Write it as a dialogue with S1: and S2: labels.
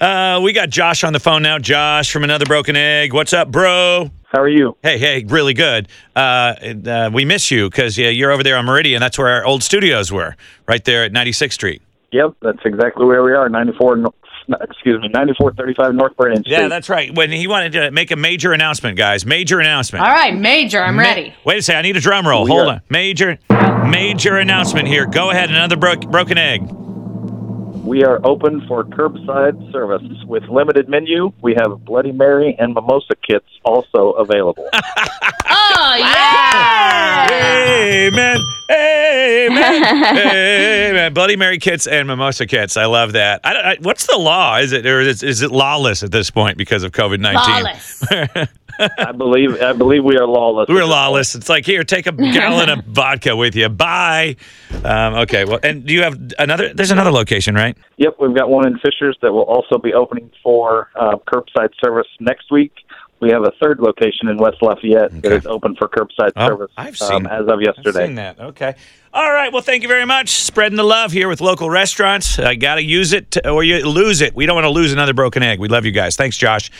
S1: Uh, we got Josh on the phone now. Josh from Another Broken Egg. What's up, bro?
S2: How are you?
S1: Hey, hey, really good. Uh, uh we miss you because yeah, you're over there on Meridian. That's where our old studios were, right there at 96th Street.
S2: Yep, that's exactly where we are. Ninety-four, no- excuse me, ninety-four thirty-five North Vernon Street.
S1: Yeah, that's right. When he wanted to make a major announcement, guys, major announcement.
S3: All right, Major, I'm ready.
S1: Wait a second, I need a drum roll.
S2: We
S1: Hold
S2: are-
S1: on. Major, major announcement here. Go ahead, Another bro- Broken Egg.
S2: we are open for curbside service with limited menu. We have Bloody Mary and mimosa kits also available.
S3: Oh, yeah!
S1: Amen. Amen. Amen. Bloody Mary kits and mimosa kits. I love that. I, don't- I, what's the law? Is it or is, is it lawless at this point because of COVID nineteen?
S3: Flawless.
S2: I believe I believe we are lawless.
S1: We're lawless. It's like here, take a gallon of vodka with you. Bye. Um, okay. Well, and do you have another? There's another location, right?
S2: Yep, we've got one in Fishers that will also be opening for uh, curbside service next week. We have a third location in West Lafayette that
S1: Okay.
S2: is open for curbside
S1: Oh,
S2: service
S1: I've seen-
S2: um, as of
S1: I've
S2: yesterday.
S1: seen that. Okay. All right. Well, thank you very much. Spreading the love here with local restaurants. I gotta use it to- or you lose it. We don't want to lose another broken egg. We love you guys. Thanks, Josh.